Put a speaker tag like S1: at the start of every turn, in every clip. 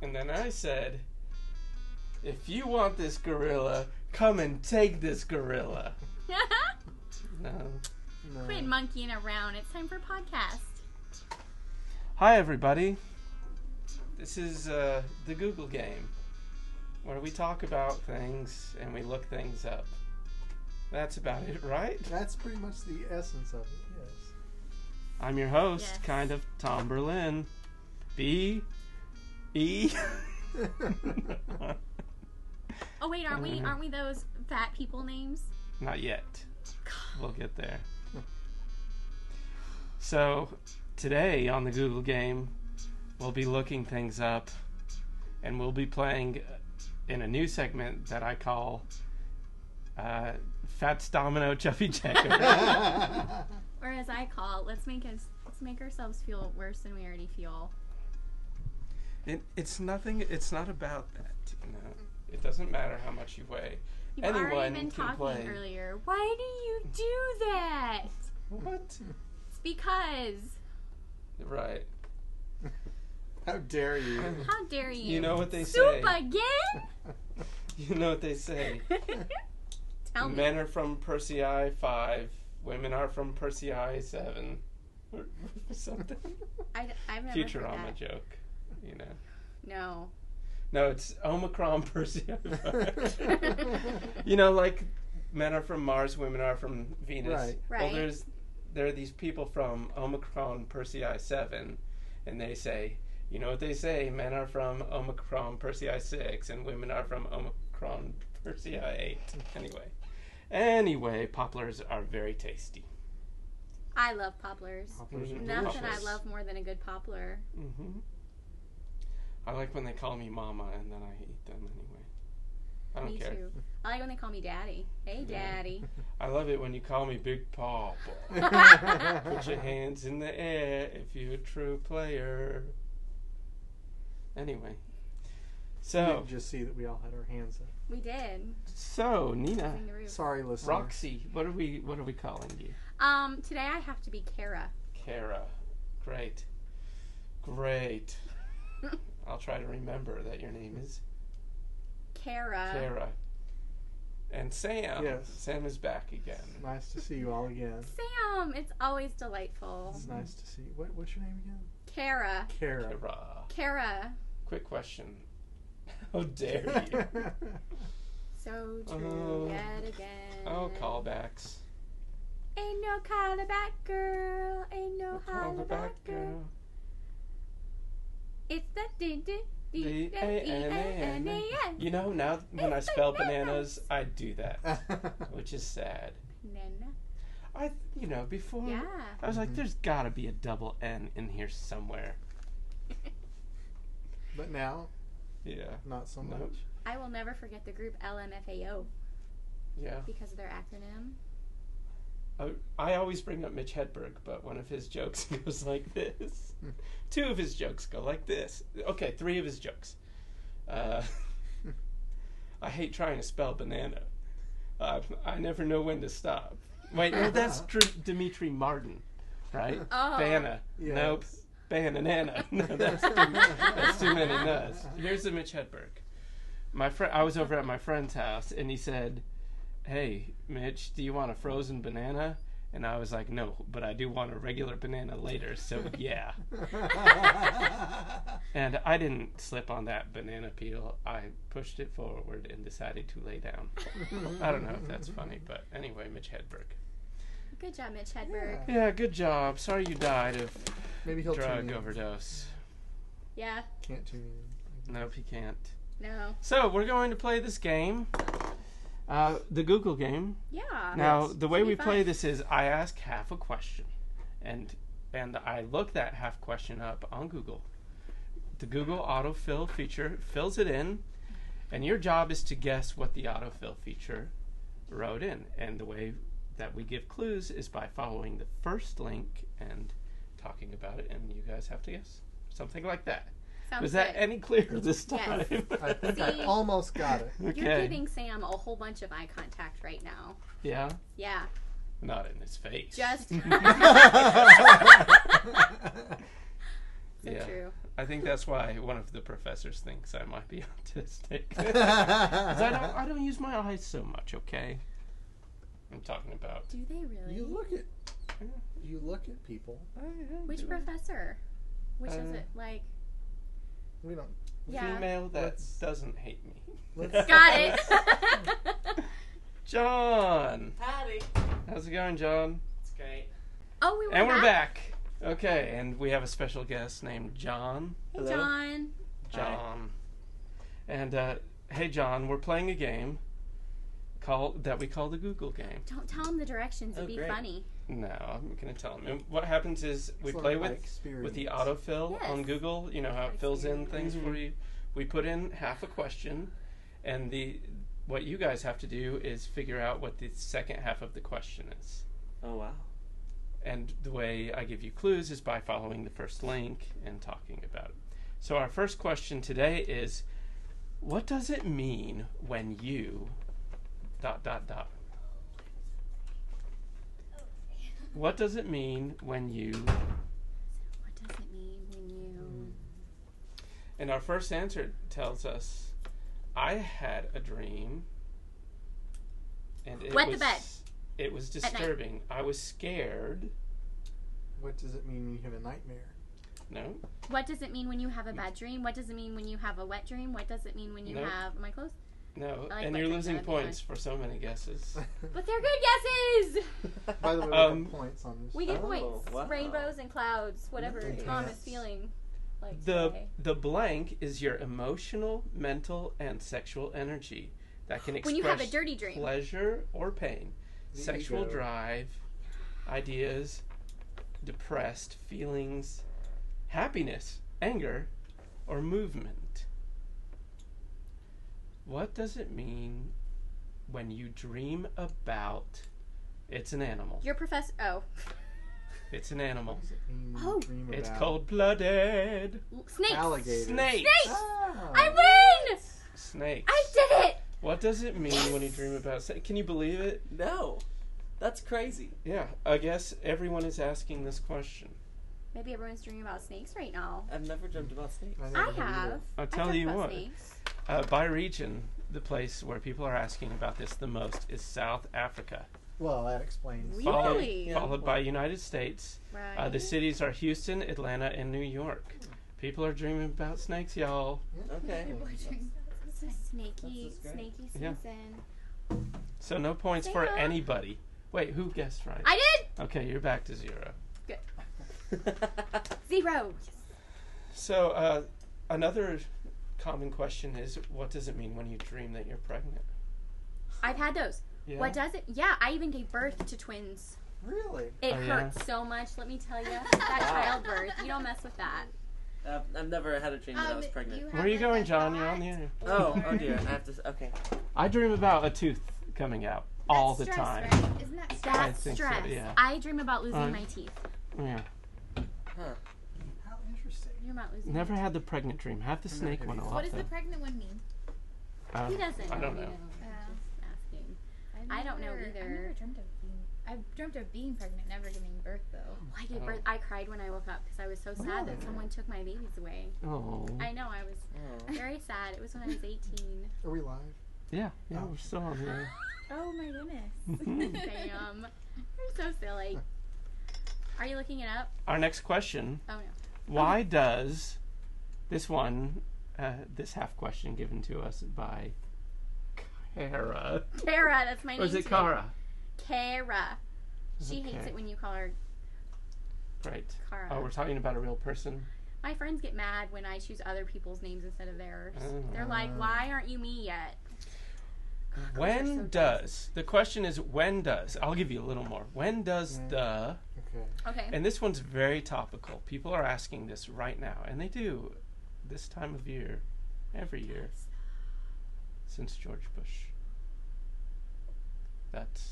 S1: And then I said, if you want this gorilla, come and take this gorilla. Um, No.
S2: No.
S1: Uh.
S3: Quit monkeying around. It's time for podcast.
S1: Hi, everybody. This is uh, the Google game, where we talk about things and we look things up. That's about it, right?
S2: That's pretty much the essence of it, yes.
S1: I'm your host,
S3: Yes.
S1: kind of Tom Berlin. B. E.
S3: Oh wait, aren't we?
S1: Mhm.
S3: Aren't we those fat people names?
S1: Not yet. We'll get there. So, today on the Google game, we'll be looking things up and we'll be playing in a new segment that I call uh, Fats Domino Chuffy Checker.
S3: Or as I call, it, let's make us let's make ourselves feel worse than we already feel.
S1: it, it's nothing, it's not about that. No. It doesn't matter how much you weigh.
S3: You've
S1: Anyone
S3: already been
S1: can
S3: talking
S1: play.
S3: earlier. Why do you do that?
S1: What?
S3: It's because.
S1: Right.
S2: How dare you?
S3: How dare you?
S1: You know what they
S3: Soup
S1: say.
S3: again?
S1: You know what they say.
S3: Tell me.
S1: Men are from Persei 5. Women are from Persei 7. Or something.
S3: I, have never heard
S1: Futurama
S3: that.
S1: joke. You know.
S3: No.
S1: No, it's Omicron Persei 5. you know, like men are from Mars, women are from Venus.
S2: Right.
S1: Well,
S3: Right.
S1: there's there are these people from Omicron Persei 7, and they say, you know what they say? Men are from Omicron Persei 6, and women are from Omicron Persei 8. Anyway. Anyway, poplars are very tasty.
S3: I love poplars.
S2: Poplars are
S1: Mhm.
S3: Nothing I
S1: Poplars.
S3: love more than a good poplar.
S1: hmm I like when they call me mama, and then I eat them anyway. I don't
S3: me
S1: care.
S3: too. I like when they call me daddy. Hey,
S1: Yeah.
S3: daddy.
S1: I love it when you call me Big Paw. Put your hands in the air if you're a true player. Anyway.
S2: You
S1: So,
S2: didn't just see that we all had our hands up.
S3: We did.
S1: Ah, so Nina,
S3: Sing the roof.
S2: Sorry, listener.
S1: Roxy, what are we what are we calling you?
S3: Um, today I have to be Kara.
S1: Kara. Great. Great. I'll try to remember that your name is
S3: Kara.
S1: Kara. And Sam.
S2: Yes.
S1: Sam is back again.
S2: Nice to see you all again.
S3: Sam, it's always delightful.
S2: It's nice to see you. What, what's your name again?
S3: Kara.
S2: Kara.
S1: Kara.
S3: Kara.
S1: uh, Quick question. How dare you?
S3: So true
S1: Oh.
S3: yet again.
S1: oh, callbacks.
S3: Ain't no collar back girl. Ain't no holler back
S1: Callback
S3: girl.
S1: girl.
S3: It's the ding ding ding
S1: The A-N-A-N-A.
S3: D-A-N-A-N.
S1: You know, now when I
S3: It's
S1: spell
S3: bananas.
S1: bananas, I do that, which is sad.
S3: Nana.
S1: I, you know, before
S3: Yeah.
S1: I was like,
S2: Mhm.
S1: there's got to be a double N in here somewhere.
S2: but now,
S1: Yeah.
S2: not so much.
S1: Nope.
S3: I will never forget the group LMFAO
S1: Yeah.
S3: because of their acronym.
S1: I, I always bring up Mitch Hedberg, but one of his jokes goes like this. Two of his jokes go like this. Okay, three of his jokes. Uh, I hate trying to spell banana. Uh, I never know when to stop. Wait, no, that's Dr- Dimitri Martin, right?
S3: Oh.
S1: Banana.
S2: Yes.
S1: Nope. Banana. No, that's too, that's too many nuts. Here's the Mitch Hedberg. My friend, I was over at my friend's house, and he said, "Hey, Mitch, do you want a frozen banana?" And I was like, "No, but I do want a regular banana later." So yeah. And I didn't slip on that banana peel. I pushed it forward and decided to lay down. I don't know if that's funny, but anyway, Mitch Hedberg.
S3: Good job, Mitch Hedberg.
S2: Yeah.
S1: Yeah, good job. Sorry you died of
S2: Maybe he'll
S1: drug
S2: tune in.
S1: overdose.
S3: Yeah.
S2: Can't tune in.
S1: Nope, he can't.
S3: No.
S1: So we're going to play this game, uh, the Google game.
S3: Yeah.
S1: Now
S2: Yes.
S1: the way
S3: Should be
S1: we play
S3: fun.
S1: this is I ask half a question, and and I look that half question up on Google. The Google autofill feature fills it in, and your job is to guess what the autofill feature wrote in. And the way that we give clues is by following the first link and talking about it, and you guys have to guess something like that.
S3: Sounds
S1: Was that
S3: good.
S1: any clearer this time?
S3: Yes.
S2: I think I
S3: See?
S2: almost got it.
S1: okay.
S3: You're giving Sam a whole bunch of eye contact right now.
S1: Yeah,
S3: Yeah.
S1: not in his face.
S3: Just. so
S2: I
S1: yeah.
S3: true.
S1: I think that's why one of the professors thinks I might be autistic. 'Cause I don't I don't use my eyes so much, okay? I'm talking about
S3: Do they really?
S2: You look at you look at people.
S3: Which professor? Which is
S1: Uh,
S3: it? Like,
S2: We don't.
S3: yeah.
S1: female that
S2: Let's-
S1: doesn't hate me.
S2: let's-
S3: Got it.
S1: John,
S4: Howdy.
S1: how's it going, John?
S4: It's great.
S3: oh, we were
S1: and we're back. Okay, and we have a special guest named John.
S3: Hey, John.
S1: John. And uh, hey, John, we're playing a game called that we call the Google game.
S3: Don't tell him the directions. It'd
S4: Oh,
S3: be
S4: great.
S3: funny.
S1: No, I'm gonna tell him. And what happens is we
S2: Sort of
S1: play
S2: by
S1: with
S2: experience.
S1: with the autofill
S3: Yes.
S1: on Google. You know how it fills in things for you. We put in half a question, and the what you guys have to do is figure out what the second half of the question is.
S4: Oh wow.
S1: And the way I give you clues is by following the first link and talking about it. So our first question today is, what does it mean when you dot dot dot? What does it mean when you
S3: What does it mean when
S2: Mm.
S3: you?
S1: And our first answer tells us, "I had a dream, and it
S3: Wet the
S1: was
S3: bed.
S1: it was
S3: night.
S1: disturbing. I was scared.
S2: What does it mean when you have a nightmare?
S1: No,
S3: What does it mean when you have a bad dream? What does it mean when you have a wet dream? What does it mean when you
S1: Nope.
S3: have? Am I close?
S1: no,
S3: I like
S1: and
S3: wet
S1: you're
S3: dreams,
S1: losing
S3: that'd be fine.
S1: points for so many guesses.
S3: But they're good guesses.
S2: By the way, we
S1: Um,
S2: get points on this.
S3: We get
S4: Oh,
S3: points.
S4: wow.
S3: Rainbows and clouds. Whatever
S2: Nice.
S3: Tom is feeling. Like
S1: the
S3: today.
S1: the blank is your emotional, mental, and sexual energy that can express
S3: when you have a dirty dream.
S1: pleasure or pain,
S2: The
S1: sexual
S2: ego.
S1: drive, ideas, depressed feelings, happiness, anger, or movement. What does it mean when you dream about it's an animal.
S3: Your professor. Oh,
S1: It's an animal.
S2: What does it mean when you
S3: Oh.
S2: dream
S1: It's
S2: about
S1: cold blooded.
S3: L- snakes.
S2: alligators?
S1: Snake.
S3: Snakes.
S2: Ah.
S3: I win.
S1: Snakes.
S3: I did it.
S1: What does it mean when you dream about snakes? Can you believe it?
S4: No, that's crazy.
S1: Yeah, I guess everyone is asking this question.
S3: Maybe everyone's dreaming about snakes right now.
S4: I've never dreamt about snakes.
S2: I,
S3: I
S2: never did
S3: have.
S2: either.
S1: I'll
S3: I
S1: tell
S3: dreamt
S1: you
S3: about
S1: what.
S3: Snakes.
S1: Uh, by region, the place where people are asking about this the most is South Africa,
S2: Well, that explains.
S3: Really?
S1: followed,
S4: Yeah.
S1: followed by United States.
S3: Right.
S1: Uh, the cities are Houston, Atlanta, and New York. People are dreaming about snakes, y'all.
S4: Okay.
S3: It's a snaky,
S4: That's just great.
S3: snaky season.
S1: Yeah. So no points for
S3: Sarah.
S1: anybody. Wait, who guessed right?
S3: I did
S1: okay, you're back to zero.
S3: zero.
S1: So uh, another common question is, what does it mean when you dream that you're pregnant?
S3: I've had those.
S1: Yeah.
S3: What does it? Yeah, I even gave birth to twins.
S2: Really?
S3: It
S1: Oh, yeah?
S3: hurts so much. Let me tell you, that childbirth. You don't mess with that.
S4: I've, I've never had a dream that I
S5: Um,
S4: was pregnant.
S1: Where are you going, John? You're on the air.
S4: Oh, oh dear. I have to. s- Okay.
S1: I dream about a tooth coming out all the
S5: That's
S1: time.
S5: stress, Right? Isn't that stress?
S3: That's
S1: think so,
S3: stress.
S1: yeah. Uh,
S3: I dream about losing
S1: Alright.
S3: my teeth.
S1: Yeah.
S2: How interesting.
S3: You're not losing.
S1: Never had the pregnant dream. Have the
S2: Never
S1: snake
S2: had
S1: one
S2: it.
S1: a lot.
S5: What does
S1: though.
S5: the pregnant one mean?
S1: Uh,
S3: He doesn't.
S1: I don't
S3: you
S1: know.
S5: Uh,
S3: Just asking.
S5: I've
S3: I don't know
S5: never-
S3: either.
S5: I've never dreamt of being. I've dreamt of being pregnant, never giving birth though.
S3: Why
S1: Uh-huh.
S3: did birth? I cried when I woke up because I was so sad that someone took my babies away.
S1: Oh.
S3: I know I was
S4: Oh.
S3: very sad. It was when I was 18.
S2: Are we live?
S1: Yeah, yeah,
S2: Oh.
S1: we're still on here.
S5: Oh my goodness.
S3: Damn, you're so silly. Are you looking it up?
S1: Our next question
S3: Oh no.
S1: Why does this one, uh, this half question given to us by Kara?
S3: Kara, that's my name.
S1: Or is it
S3: today.
S1: Kara?
S3: Kara. She hates
S1: Okay.
S3: it when you call her
S1: Right.
S3: Kara.
S1: Oh, we're talking about a real person?
S3: My friends get mad when I choose other people's names instead of theirs.
S1: Oh.
S3: They're like, "Why aren't you me yet?" are
S1: when
S3: so
S1: does, the question is when does, I'll give you a little more. When does
S2: Yeah.
S1: the,
S2: Okay.
S3: Okay.
S1: and this one's very topical. People are asking this right now, and they do this time of year, every year, since George Bush. That's.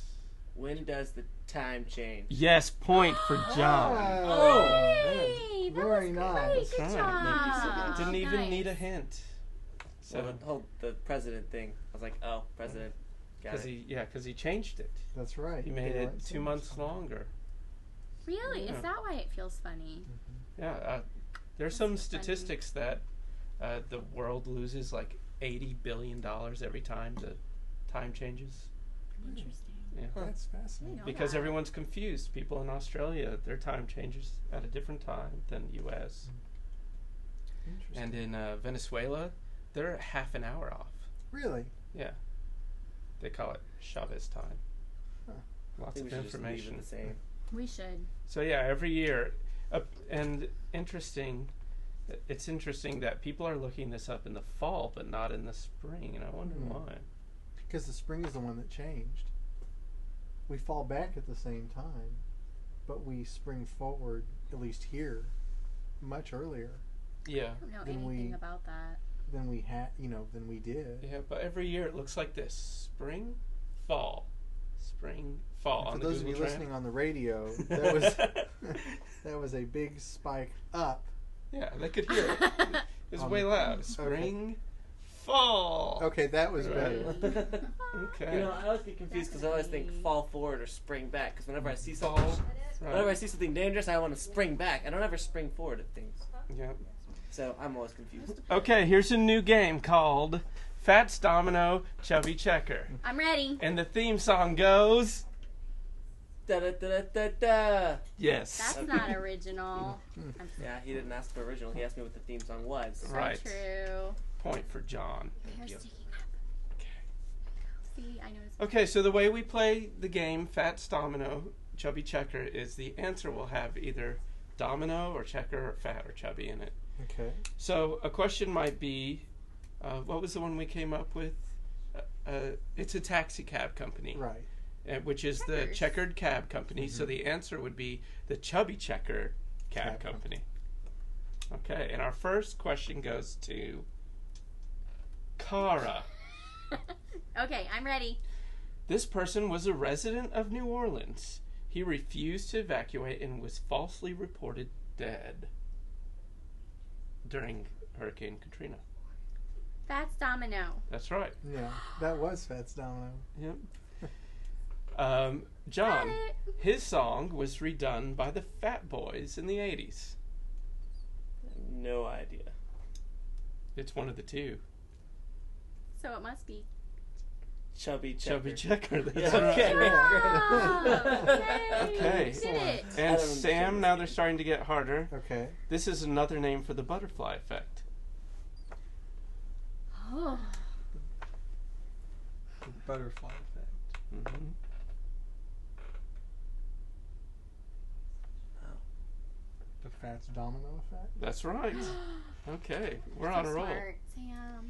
S4: When does the time change?
S1: Yes, point for John.
S4: Oh.
S3: Hey, that
S2: Very
S3: was
S2: nice.
S3: Great. Good
S1: That's
S3: job.
S4: right.
S1: Didn't even
S3: Oh, Nice.
S1: need a hint.
S4: So
S1: So,
S4: the whole the president thing. I was like, oh, president. Got
S1: because
S4: it.
S1: he, yeah, because he changed it.
S2: That's right. Mm-hmm.
S1: He made
S2: Yeah,
S1: it
S2: that's
S1: two months
S2: interesting.
S1: longer.
S3: Really?
S1: Yeah.
S3: Is that why it feels funny?
S1: Yeah, uh, There's
S3: That's
S1: some
S3: so funny.
S1: statistics that uh, the world loses like eighty billion dollars every time the time changes.
S3: Interesting.
S1: Yeah.
S2: Mm-hmm. That's
S3: I
S2: fascinating.
S3: know
S1: Because
S3: that.
S1: everyone's confused. People in Australia, their time changes at a different time than the U.S.
S2: Interesting.
S1: And in uh, Venezuela, they're half an hour off.
S2: really?
S1: Yeah. They call it Chavez time.
S2: Huh.
S1: Lots
S4: Maybe
S1: of
S4: we should just leave
S1: information.
S4: it the same.
S3: We should.
S1: So yeah, every year, up and interesting. It's interesting that people are looking this up in the fall, but not in the spring, and I wonder
S2: Hmm.
S1: why.
S2: Because the spring is the one that changed. We fall back at the same time, but we spring forward, at least here, much earlier
S1: Yeah,
S3: I don't know
S2: Then
S3: anything
S2: we-
S3: about that.
S2: than we had, you know, than we did.
S1: yeah, but every year it looks like this: spring, fall, spring, fall.
S2: And
S1: on
S2: For
S1: the
S2: those
S1: Google
S2: of you
S1: Trend.
S2: listening on the radio, that was that was a big spike up.
S1: yeah, they could hear it. It's way loud. Spring, fall.
S2: Um, Okay, that was
S1: Right.
S2: better.
S1: Okay.
S4: You know, I always get confused because I always think fall forward or spring back. Because whenever I see
S1: Fall.
S4: something,
S1: Right.
S4: whenever I see something dangerous, I want to spring back. I don't ever spring forward at things.
S1: Yeah.
S4: So I'm always confused.
S1: Okay, here's a new game called Fats Domino Chubby Checker.
S3: I'm ready.
S1: And the theme song goes.
S4: Da da da da da.
S1: Yes.
S3: That's not original.
S4: Yeah, he didn't ask for original. He asked me what the theme song was.
S3: So
S1: Right.
S3: true.
S1: Point for John.
S3: My hair's
S1: Yep.
S3: sticking up. See, I noticed.
S1: Okay, so the way we play the game, Fats Domino, Chubby Checker, is the answer will have either domino or checker or fat or chubby in it.
S2: Okay.
S1: So a question might be uh, what was the one we came up with? Uh, uh, it's a taxi cab company,
S2: Right.
S1: uh, which is the
S3: Checkers.
S1: checkered cab company. So the answer would be the Chubby Checker Mm-hmm. cab
S2: Cab
S1: company. Okay, and our first question goes to Cara.
S3: okay, I'm ready.
S1: This person was a resident of New Orleans. He refused to evacuate and was falsely reported dead during Hurricane Katrina.
S3: That's Domino.
S1: That's right.
S2: Yeah, that was Fats Domino.
S1: Yep. Um, John,
S3: Got it.
S1: his song was redone by the Fat Boys in the 80s.
S4: No idea.
S1: It's one of the two.
S3: So it must be.
S4: Chubby checker.
S1: Chubby Checker. That's
S4: Yeah,
S1: right.
S2: right.
S4: okay.
S3: Oh, yay,
S1: Okay.
S3: we did it.
S1: And
S4: I
S1: Sam,
S4: don't understand
S1: now
S4: this
S1: they're
S4: game.
S1: starting to get harder.
S2: Okay.
S1: This is another name for the butterfly effect.
S3: Oh,
S2: Butterfly effect.
S1: hmm
S2: The Fats Domino effect.
S1: That's right. Okay, we're
S3: so
S1: on a roll.
S3: smart. Sam,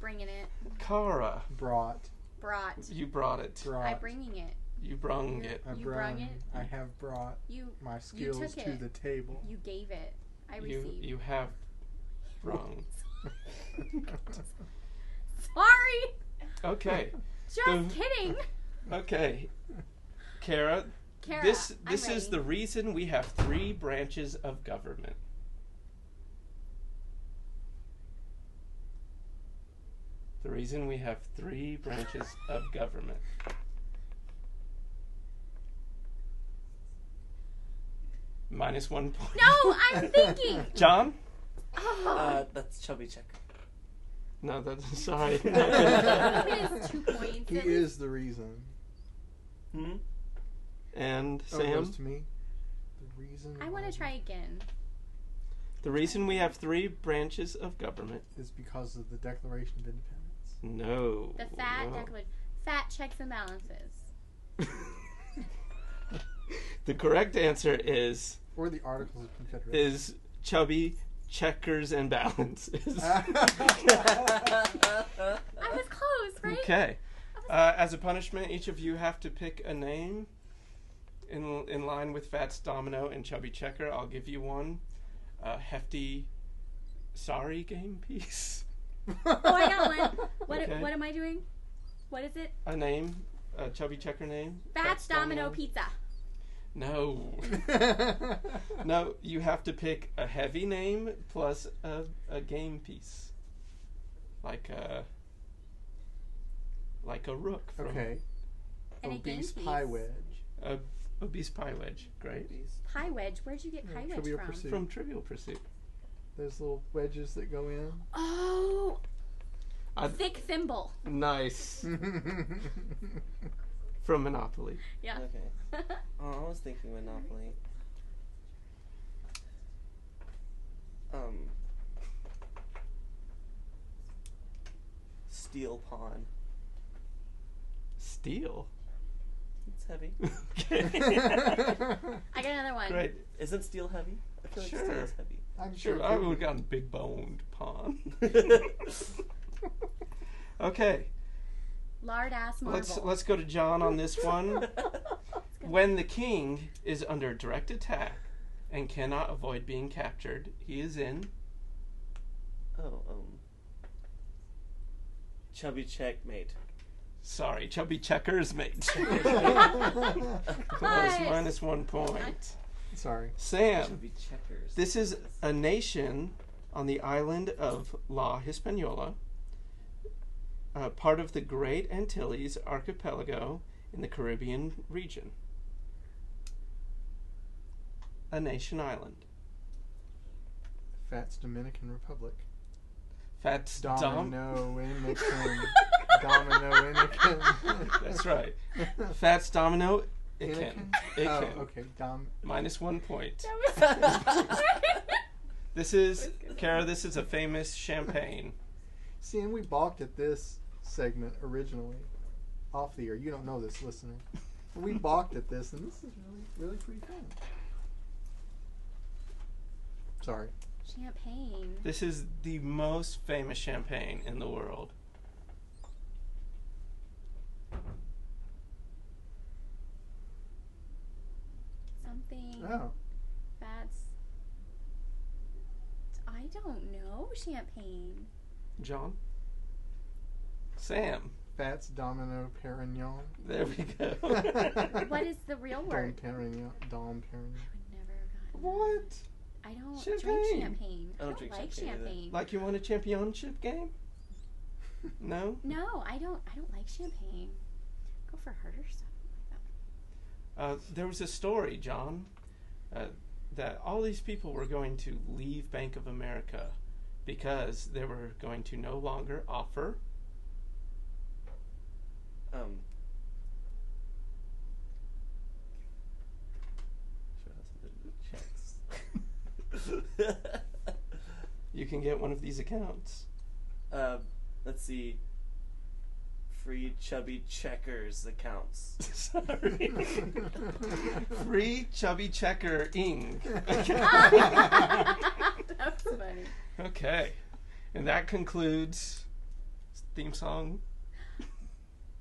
S3: bringing it.
S1: Cara,
S2: Brought.
S3: Brought.
S1: you brought it.
S2: Brought.
S3: I bringing it.
S1: You brung it.
S2: I
S3: You
S2: brung-
S3: brung it?
S2: I have brought
S3: You
S2: my
S3: You took
S2: skills to
S3: it.
S2: the table.
S3: you gave it. I
S1: You
S3: received.
S1: you have brung.
S3: Sorry.
S1: Okay,
S3: Just
S1: The-
S3: kidding.
S1: okay. Cara,
S3: Kara,
S1: this
S3: I'm
S1: this is the
S3: ready.
S1: reason we have three branches of government. The reason we have three branches of government. Minus one point.
S3: No, I'm thinking.
S1: John?
S3: Oh,
S4: Uh, that's chubby checker.
S1: No, that's sorry.
S3: That is two points.
S2: He
S3: At least
S2: is the reason.
S4: Hmm.
S1: and
S2: Oh, it
S1: Sam,
S2: goes to me. The reason.
S3: I want
S2: why
S3: to try again.
S1: the reason we have three branches of government.
S2: Is because of the Declaration of Independence.
S1: No.
S3: The fat
S1: no.
S3: declaration. Fat checks and balances.
S1: the correct answer is
S2: Or the Articles of Confederation.
S1: is chubby checkers and balances.
S2: Ah.
S3: I
S4: Uh,
S3: was close, right?
S1: okay. Uh, as a punishment, each of you have to pick a name. In in line with Fats Domino and Chubby Checker, I'll give you one. Uh, hefty. Sorry, game piece.
S3: Oh, I got one. What
S1: Okay.
S3: what am I doing? What is it?
S1: a name, a chubby checker name.
S3: Fats Domino Pizza.
S1: No, no, you have to pick a heavy name plus a, a game piece, like a like a rook from
S2: okay.
S3: And a game
S2: Obese
S3: piece.
S2: pie wedge.
S1: a obese pie wedge. Great
S3: Pie wedge. Where'd you get pie wedge
S2: Trivial
S3: from?
S2: Pursuit.
S1: from Trivial Pursuit.
S2: Those little wedges that go in.
S3: Oh,
S1: I-
S3: thick thimble.
S1: Nice from Monopoly.
S3: Yeah.
S4: Okay. Oh, I was thinking Monopoly. Um. Steel pawn.
S1: Steel.
S4: It's heavy.
S1: okay.
S3: I got another one.
S1: Great.
S4: Isn't steel heavy? I feel like steel is
S1: Sure.
S4: heavy.
S2: I'm
S1: Sure,
S2: sure.
S1: I
S2: it
S1: would have
S2: would-
S1: gotten big boned pawn. okay,
S3: Lard ass marble.
S1: let's let's go to John on this one.
S3: good.
S1: when the king is under direct attack and cannot avoid being captured, he is in.
S4: oh, um. Chubby checkmate.
S1: Sorry, chubby checkers, mate. Plus
S3: Nice.
S1: minus one point.
S2: Sorry.
S1: Sam,
S4: Chubby checkers.
S1: this is a nation on the island of La Hispaniola, uh, part of the Great Antilles Archipelago in the Caribbean region. A nation island.
S2: Fats Dominican Republic.
S1: That's Dom.
S2: Domino Dominican. Domino Dominican.
S1: That's right. Fats Domino
S2: Anakin?
S1: Ikin. Ikin.
S2: Oh, okay. Dom.
S1: Minus one point.
S3: That was-
S1: This is, Kara, this is a famous champagne.
S2: See, and we balked at this segment originally, off the air. You don't know this, listener. We balked at this, and this is really, really pretty fun. Sorry.
S3: Champagne.
S1: This is the most famous champagne in the world.
S3: Something.
S2: Oh,
S3: That's. I don't know champagne.
S1: John? Sam.
S2: Fats Domino Perignon.
S1: There we go.
S3: What is the real
S2: Dom
S3: word?
S2: Perignon. Dom Perignon.
S3: I would never have gotten.
S1: What?
S3: I don't
S1: Champagne.
S3: drink champagne. I don't,
S4: drink
S3: like
S4: champagne either.
S3: champagne.
S1: Like you won a championship game? No?
S3: No, I don't. I don't like champagne. Go for harder stuff.
S1: Uh, there was a story, John, uh, that all these people were going to leave Bank of America because they were going to no longer offer
S4: Um. Sure, that's a bit of checks.
S1: you can get one of these accounts.
S4: uh, let's see. Free chubby checkers accounts.
S1: Sorry. Free chubby checker ing.
S3: That's funny.
S1: okay. And that concludes theme song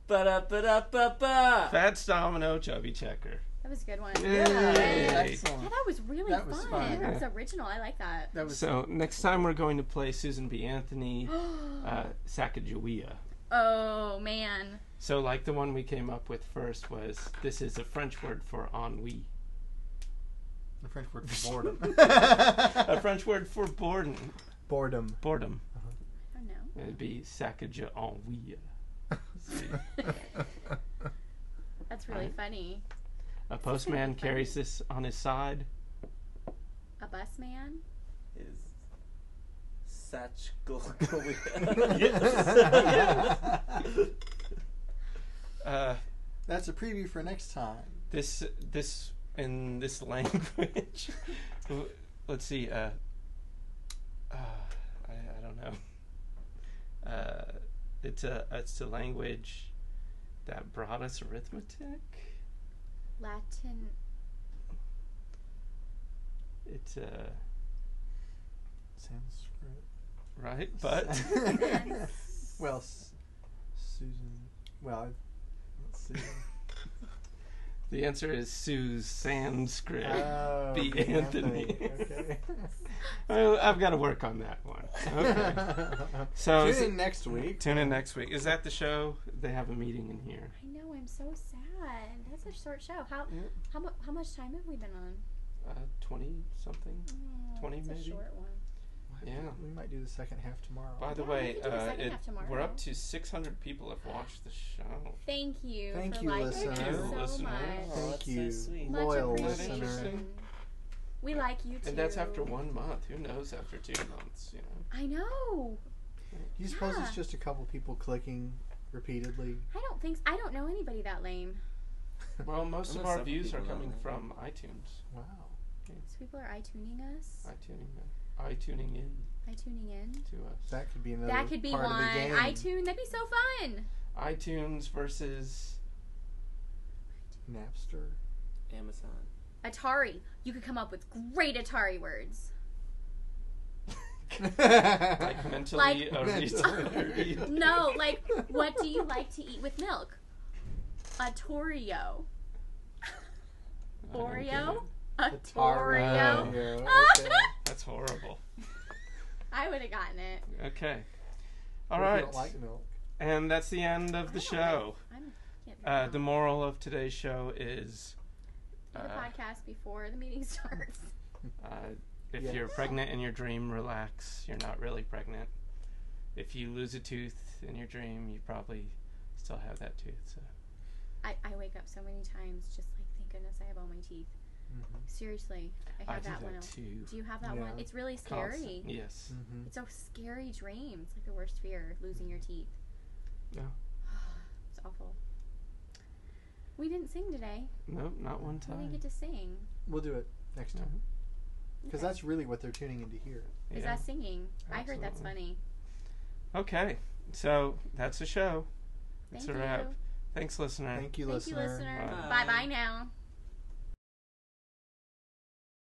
S4: Ba da ba da ba ba.
S1: Fats Domino Chubby Checker.
S3: That was a good one.
S1: Yay.
S3: Yeah,
S2: Excellent.
S3: that was really
S2: That was
S3: fun.
S2: fun.
S3: That was original. I like that.
S2: That was
S1: So next time we're going to play Susan B. Anthony uh, Sacagawea.
S3: oh man.
S1: So like the one we came up with first was this is a French word for ennui.
S2: the French word for boredom.
S1: A French word for boredom.
S2: boredom.
S1: Boredom.
S3: I don't know.
S1: It'd be Sacagawea ennui.
S3: That's really funny.
S1: A postman carries this on his side.
S3: A bus man.
S4: Is Satch
S1: Uh,
S2: That's a preview for next time.
S1: this this in this language. Let's see. Uh, uh, I, I don't know. Uh, it's a it's a language that brought us arithmetic.
S3: Latin.
S1: It's uh,
S2: Sanskrit.
S1: right, but
S2: well, S- Susan. Well, I- let's see.
S1: the answer is Sue's Sanskrit.
S2: Oh,
S1: B.
S2: B.
S1: Anthony.
S2: Okay.
S1: I, I've got to work on that one. Okay. So is
S2: Tune
S1: it-
S2: in next week.
S1: Tune in next week. Is that the show? They have a meeting in here.
S3: I know. I'm so sad. That's a short show. How
S1: Yeah.
S3: how mu- how much time have we been on?
S1: Uh, twenty something.
S3: Mm,
S1: 20
S3: that's
S1: maybe?
S3: A short one.
S1: Yeah.
S2: We might do the second half tomorrow.
S1: By the
S3: Yeah, we
S1: way,
S3: could do the
S1: uh,
S3: second
S1: it,
S3: half
S1: we're
S3: tomorrow.
S1: up to 600 people have watched the show.
S3: Thank you.
S2: Thank
S3: for
S2: you,
S3: liking
S2: listeners.
S3: us so
S1: Thank you,
S3: much.
S1: listeners.
S4: Oh,
S2: Thank
S4: that's so
S2: you,
S4: sweet.
S3: Much
S2: loyal
S1: appreciated.
S2: listener.
S3: appreciation. We like you too.
S1: And that's after one month. Who knows after two months, you know?
S3: I know.
S2: Do you suppose
S3: Yeah.
S2: it's just a couple people clicking repeatedly?
S3: I don't think. s I don't know anybody that lame.
S1: Well, most
S4: I
S1: of
S4: know
S1: our
S4: several
S1: views are
S4: people that
S1: coming
S4: like
S1: from iTunes.
S2: Wow.
S3: So people are iTuning us.
S1: iTuning, uh, iTuning in
S3: iTuning in.
S1: to us.
S2: That could be another
S3: That could be
S2: part
S3: one.
S2: of the game.
S3: iTunes. That'd be so fun.
S1: iTunes versus
S2: Napster.
S4: Amazon.
S3: Atari. You could come up with great Atari words.
S1: like mentally
S3: Like-
S1: a
S2: Mentally.
S1: retard.
S3: No, like what do you like to eat with milk? A Torrio.
S1: I don't get
S3: Oreo?
S1: it.
S3: A
S2: Atari.
S3: Torrio.
S2: Yeah, Oh, okay.
S1: That's horrible.
S3: I would have gotten it.
S1: Okay.
S2: What
S1: All
S2: if you
S1: right.
S2: don't like milk?
S1: and that's the end of the
S3: I don't
S1: show.
S3: Can't be
S1: Uh,
S3: wrong.
S1: the moral of today's show is
S3: Do the
S1: uh,
S3: podcast before the meeting starts.
S1: uh, if
S2: Yeah.
S1: you're pregnant in your dream, relax. You're not really pregnant. If you lose a tooth in your dream, you probably still have that tooth. So.
S3: I, I wake up so many times just like thank goodness I have all my teeth.
S2: Mhm.
S3: Seriously, I
S1: I
S3: have
S1: do
S3: that one.
S1: that too.
S3: Do you have that one?
S2: Yeah.
S3: It's really scary.
S1: Constant- Yes.
S2: Mhm.
S3: It's a scary dream. It's like the worst fear, losing your teeth.
S1: Yeah.
S3: it's awful. We didn't sing today.
S1: Nope, not one
S3: We didn't
S1: time.
S3: get to sing.
S2: We'll do it next time. Because
S3: Okay.
S2: that's really what they're tuning in to hear.
S3: Is
S1: Yeah.
S3: that singing? I heard that's funny.
S1: Okay, so that's the show. It's
S3: Thank
S1: a
S3: you.
S1: wrap. Thanks, listener.
S2: Thank you,
S3: Thank you, listener.
S1: Bye.
S3: Bye bye now.